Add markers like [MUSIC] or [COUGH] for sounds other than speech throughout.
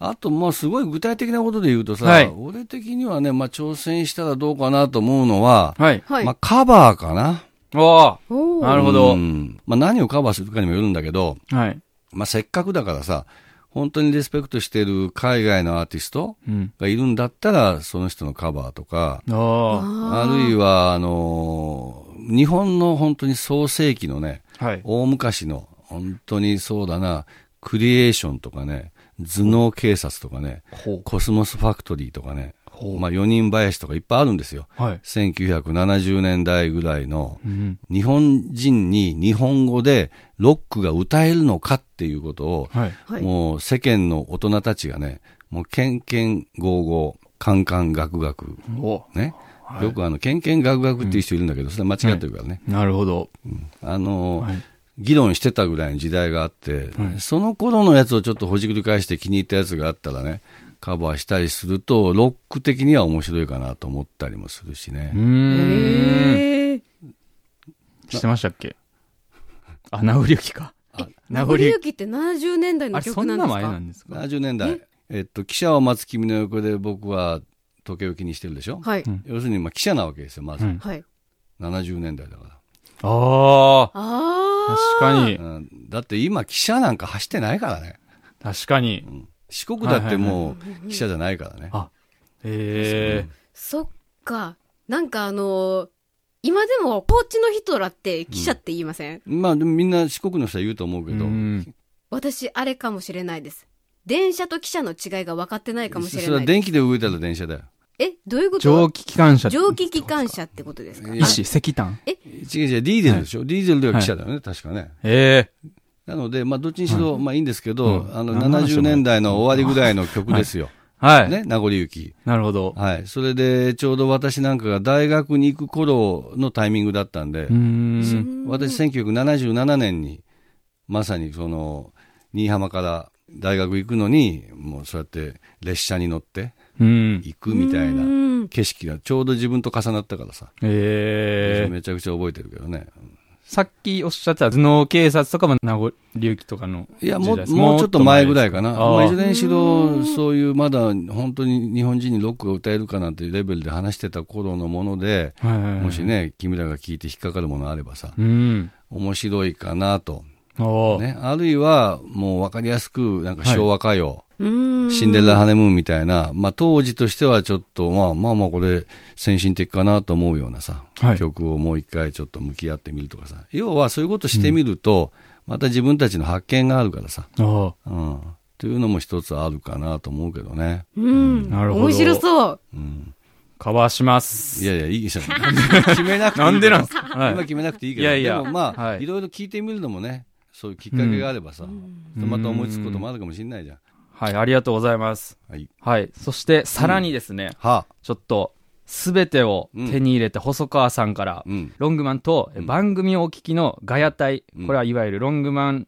あと、まあ、すごい具体的なことで言うとさ、はい俺的にはね、まあ、挑戦したらどうかなと思うのは、はい。はい。まあ、カバーかな。おおおーなるほどう。んまあ、何をカバーするかにもよるんだけど、はい。まあ、せっかくだからさ、本当にリスペクトしてる海外のアーティストうん。がいるんだったら、その人のカバーとか、あああるいは、あのー日本の本当に創世紀のね、あ。はい。大昔の、本当にそうだな、クリエーションとかね、頭脳警察とかね、ほコスモスファクトリーとかね、ほうまあ4人林とかいっぱいあるんですよ。う。はい。 1970年代ぐらいのうん。日本人に日本語でロックが歌えるのかっていうことを、はい。はい。もう世間の大人たちがね、もうけんけんごうごう、カンカンガクガク、おね。はいよくあの、けんけんガクガクっていう人いるんだけど、それは間違ってるからね。なるほど。あのー、はい。議論してたぐらいの時代があって、はいその頃のやつをちょっとほじくり返して気に入ったやつがあったらね、カバーしたりすると、ロック的には面白いかなと思ったりもするしうね。ーん。へえ。してましたっけあ、名残雪か。名名残残雪。雪って70年代あのれ、そ曲んなんでなすか前なんですか70年代、えっと、記者を待つ君の横で僕は時計を気にしてるでしょ、はい。要するに、まあ、記者なわけですよ、まず。うんはい。 70年代だかああ。あ確かにら、。うん。だって今、記者なんか走ってないからね。確かに。四国だってあもう記者じゃないからね。あえそっか。なんかあのー今でも、ポーチのヒトラって記者って言いません、まあ、でもみんな四国の人は言うと思うえけど、私、あれかもしれないです。電車と汽車の違いが分かってないかもしれそれなはいで電気で動いたら電車だよ。す。え、どういうこと蒸気機関車。蒸気機関車ってことですかいや石、石炭。違う違う、ディーゼルでしょ、ディーゼルでは記者だよね、確かね。えなので、まあ、どっちにしろ、まあいいんですけど、うんあの、何の話70も年代の終わりぐらいの曲ですよ。え。はい。ね、名残雪。なるほど。はい。それで、ちょうど私なんかが大学に行く頃のタイミングだったんでうー、ん。私1977年に、まさにその、新居浜から大学行くのに、もうそうやって列車に乗ってうん。行くみたいうなん景色がちょうど自分と重なったからさ、ええ。めちゃくちゃ覚えてるけどね。さっきおっしゃってた頭脳警察とかも名残雪とかの。いや、も時代う、ですもうちょっと前ぐらいかな。もまあ、ういちょずっれにしうろ、んそういうまだ本当に日本人にロックが歌えるかなんていうレベルで話してた頃のもので、はいはいはいもし。ね、君らが聞いて引っかかるものあればさ、うん。面白いかなと。おお。ね。あるいは、もうわかりやすく、なんか昭和歌謡、うん。シンデレラハネムーンみたいな、まあ当時としてはちょっと、まあまあまあこれ、先進的かなと思うようなさ、はい。曲をもう一回ちょっと向き合ってみるとかさ、要はそういうことしてみると、また自分たちの発見があるからさ、おお。うん、というのも一つあるかなと思うけど [LAUGHS] ね。うん。なるほど面白そう。うん、カバーします。いやいや、いいじゃ [LAUGHS] ん。決めなくていいなんでなんですすか今はい。決めなくていいけど。いやいやでもまあ、はいい、ろいろ聞いてみるのもね、そういうきっかけがあればさ、また思いつくこともあるかもしれないじゃん。はい、ありがとうございます。はい。はい。そして、さらにですね、はあ、ちょっと、すべてを手に入れて、細川さんから、うん。ロングマンとうん番組をお聞きのガヤ隊、うんこれはいわゆるロングマン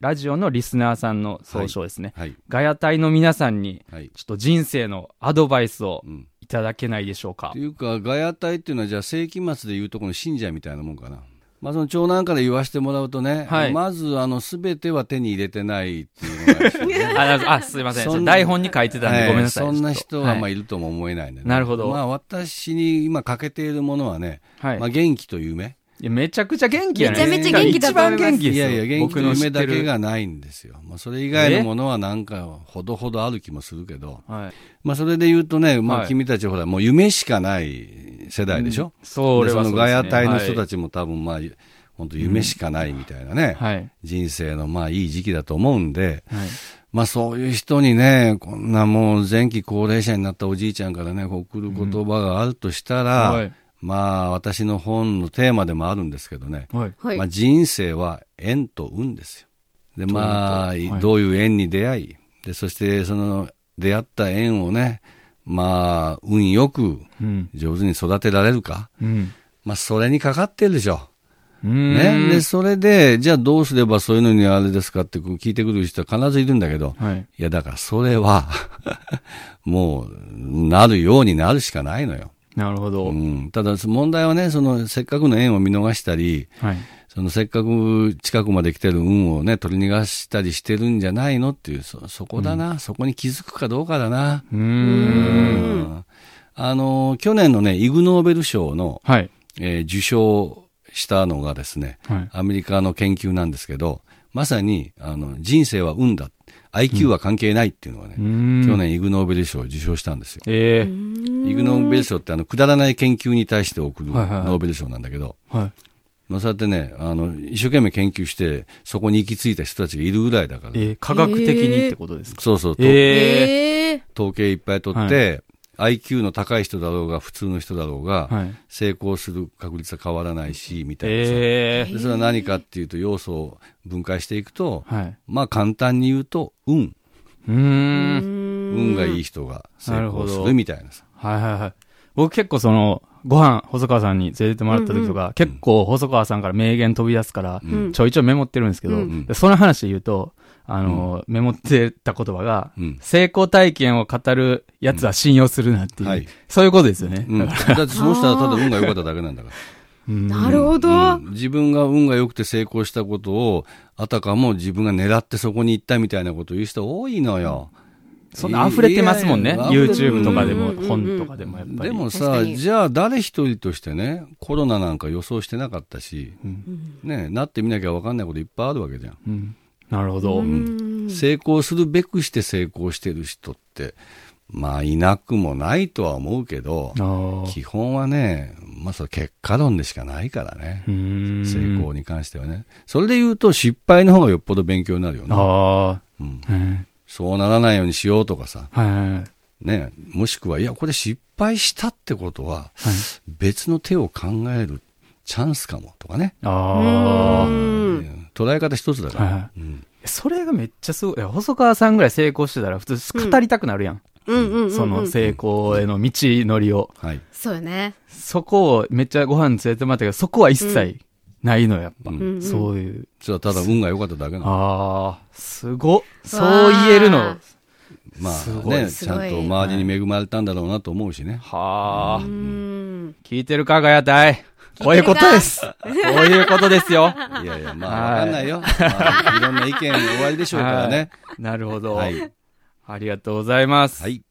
ラジオのリスナーさんの総称ですね、はい。ガヤ隊の皆さんにはい。ちょっと人生のアドバイスをうん。いただけないでしょうかというか、ガヤ隊っていうのは、じゃあ世紀末でいうとこの信者みたいなもんかな。まあ、その長男から言わせてもらうとね、はいまず、あの、すべては手に入れてないっていうのがですね、 [LAUGHS] あなんかあすいませんそんなちょっと台本に書いてたんでごめんなさい、ええそんなちょっ人とはまあはいいるとも思えないんでね。なるほどまあ私に今欠けているものはね、はいまあ元気という夢。いやめちゃくちゃ元気やねめちゃめちゃ元気だ一と思い番ます元気ですいよやいや、元気と僕の知夢ってだるけがないんですよ。まあそれ以外のものはなんかほどほどある気もするけど、はい、まあそれで言うとね、まはあい君たちほらもう夢しかない世代でしょ。そでれそはのそうです、ね、ガヤ隊の人たちちも多分まあ、本当夢しかないみたいなね、はい、はい人生のまあいい時期だと思うんで、はいまあそういう人にね、こんなもう前期高齢者になったおじいちゃんからね、送る言葉があるとしたら、はいまあ私の本のテーマでもあるんですけどね、はいはいまあ、。人生は縁と運ですよ。で、まあ、とはいどういう縁に出会い、で、そしてその出会った縁をね、まあ運よくうん上手に育てられるか、うんまあそれにかかってるでしょ。うんね。で、それで、じゃあどうすればそういうのにあれですかってこう聞いてくる人は必ずいるんだけど、はい [LAUGHS] いや、だからそれは、もう、なるようになるしかないのよ。なるほど。うん、ただ、問題はね、そのせっかくの縁を見逃したり、はい。そのせっかく近くまで来てる運をね、取り逃がしたりしてるんじゃないのっていう、そそこだな、そこに気づくかどうかだな。うーん。うんあの、去年のね、イグ・ノーベル賞の、はい。えー受賞したのがですね、はい。アメリカの研究なんですけど、まさに、あの、人生は運だ。IQ は関係ないっていうのがね、うーん去。年イグ・ノーベル賞を受賞したんですよ。ええイグ・ノーベル賞ってあの、くだらない研究に対して贈るはいはいはいノーベル賞なんだけど、はい。まあ、そうやってね、あの、一生懸命研究して、そこに行き着いた人たちがいるぐらいだから。えー、科学的にってことですかそうそう、とええええ統計いっぱい取って、IQ の高い人だろうが、普通の人だろうが、はい。成功する確率は変わらないし、みたいなさ、えでそれは何かっていうと、要素を分解していくと、えはい。まあ簡単に言うと、運。うーん。運がいい人が成功すなるほるどみたいなさ。はいはいはい。僕結構その、ご飯、細川さんに連れてってもらった時とか、結構細川さんから名言飛び出すから、うんちょいちょいメモってるんですけど、うんでその話で言うと、あの、メモってた言葉が、うん。成功体験を語るやつは信用するなっていう、はいそういうことですよね。 [LAUGHS] うん、だってその人はただ運が良かっただけなんだから。うんなるほど。うん自分が運が良くて成功したことを、あたかも自分が狙ってそこに行ったみたいなことを言う人多いのよ。そんな溢れてますもんね。いやいや YouTube とかでも、うんうんうん本とかでもやっぱり。でも確かさ、にじゃあ誰一人としてね、コロナなんか予想してなかったし、うんね、なってみなきゃ分かんないこといっぱいあるわけじゃん。うんなるほど。うん成功するべくして成功してる人って、まあいなくもないとは思うけど、あー基本はね、まあそれ結果論でしかないからねう。ーん成功に関してはね。それで言うと失敗の方がよっぽど勉強になるよね。あうんあ、うんそうならないようにしようとかさ、はいはいはい。ね、もしくは、いや、これ失敗したってことは、別の手を考えるチャンスかもとかね、あうんうん捉え方一つだあ、から、はいはい。うんそれがめっちゃすごい。いや細川さんぐらい成功してたら、普通語りたくなるやん。うんうんうんその成功への道のりを。はいそうよね。そこをめっちゃご飯連れてもらったけど、そこは一切ないのよ、やっぱ。うんうんそういう。それはただ運が良かっただけなの、ああ、すごっ。そう言えるわのあ。まあすごいね、すちごいゃんと周りに恵まれたんだろうなと思うし [LAUGHS] ね、はあう。ん。聞いてるか、ガヤ隊。こういうこと [LAUGHS] です。こういうことです [LAUGHS] よ。い、やいや、はまあ、わかいんないよ、ま [LAUGHS] あいろんな意見終わりでしょうからね。なるほど。はいありがとうございます。はい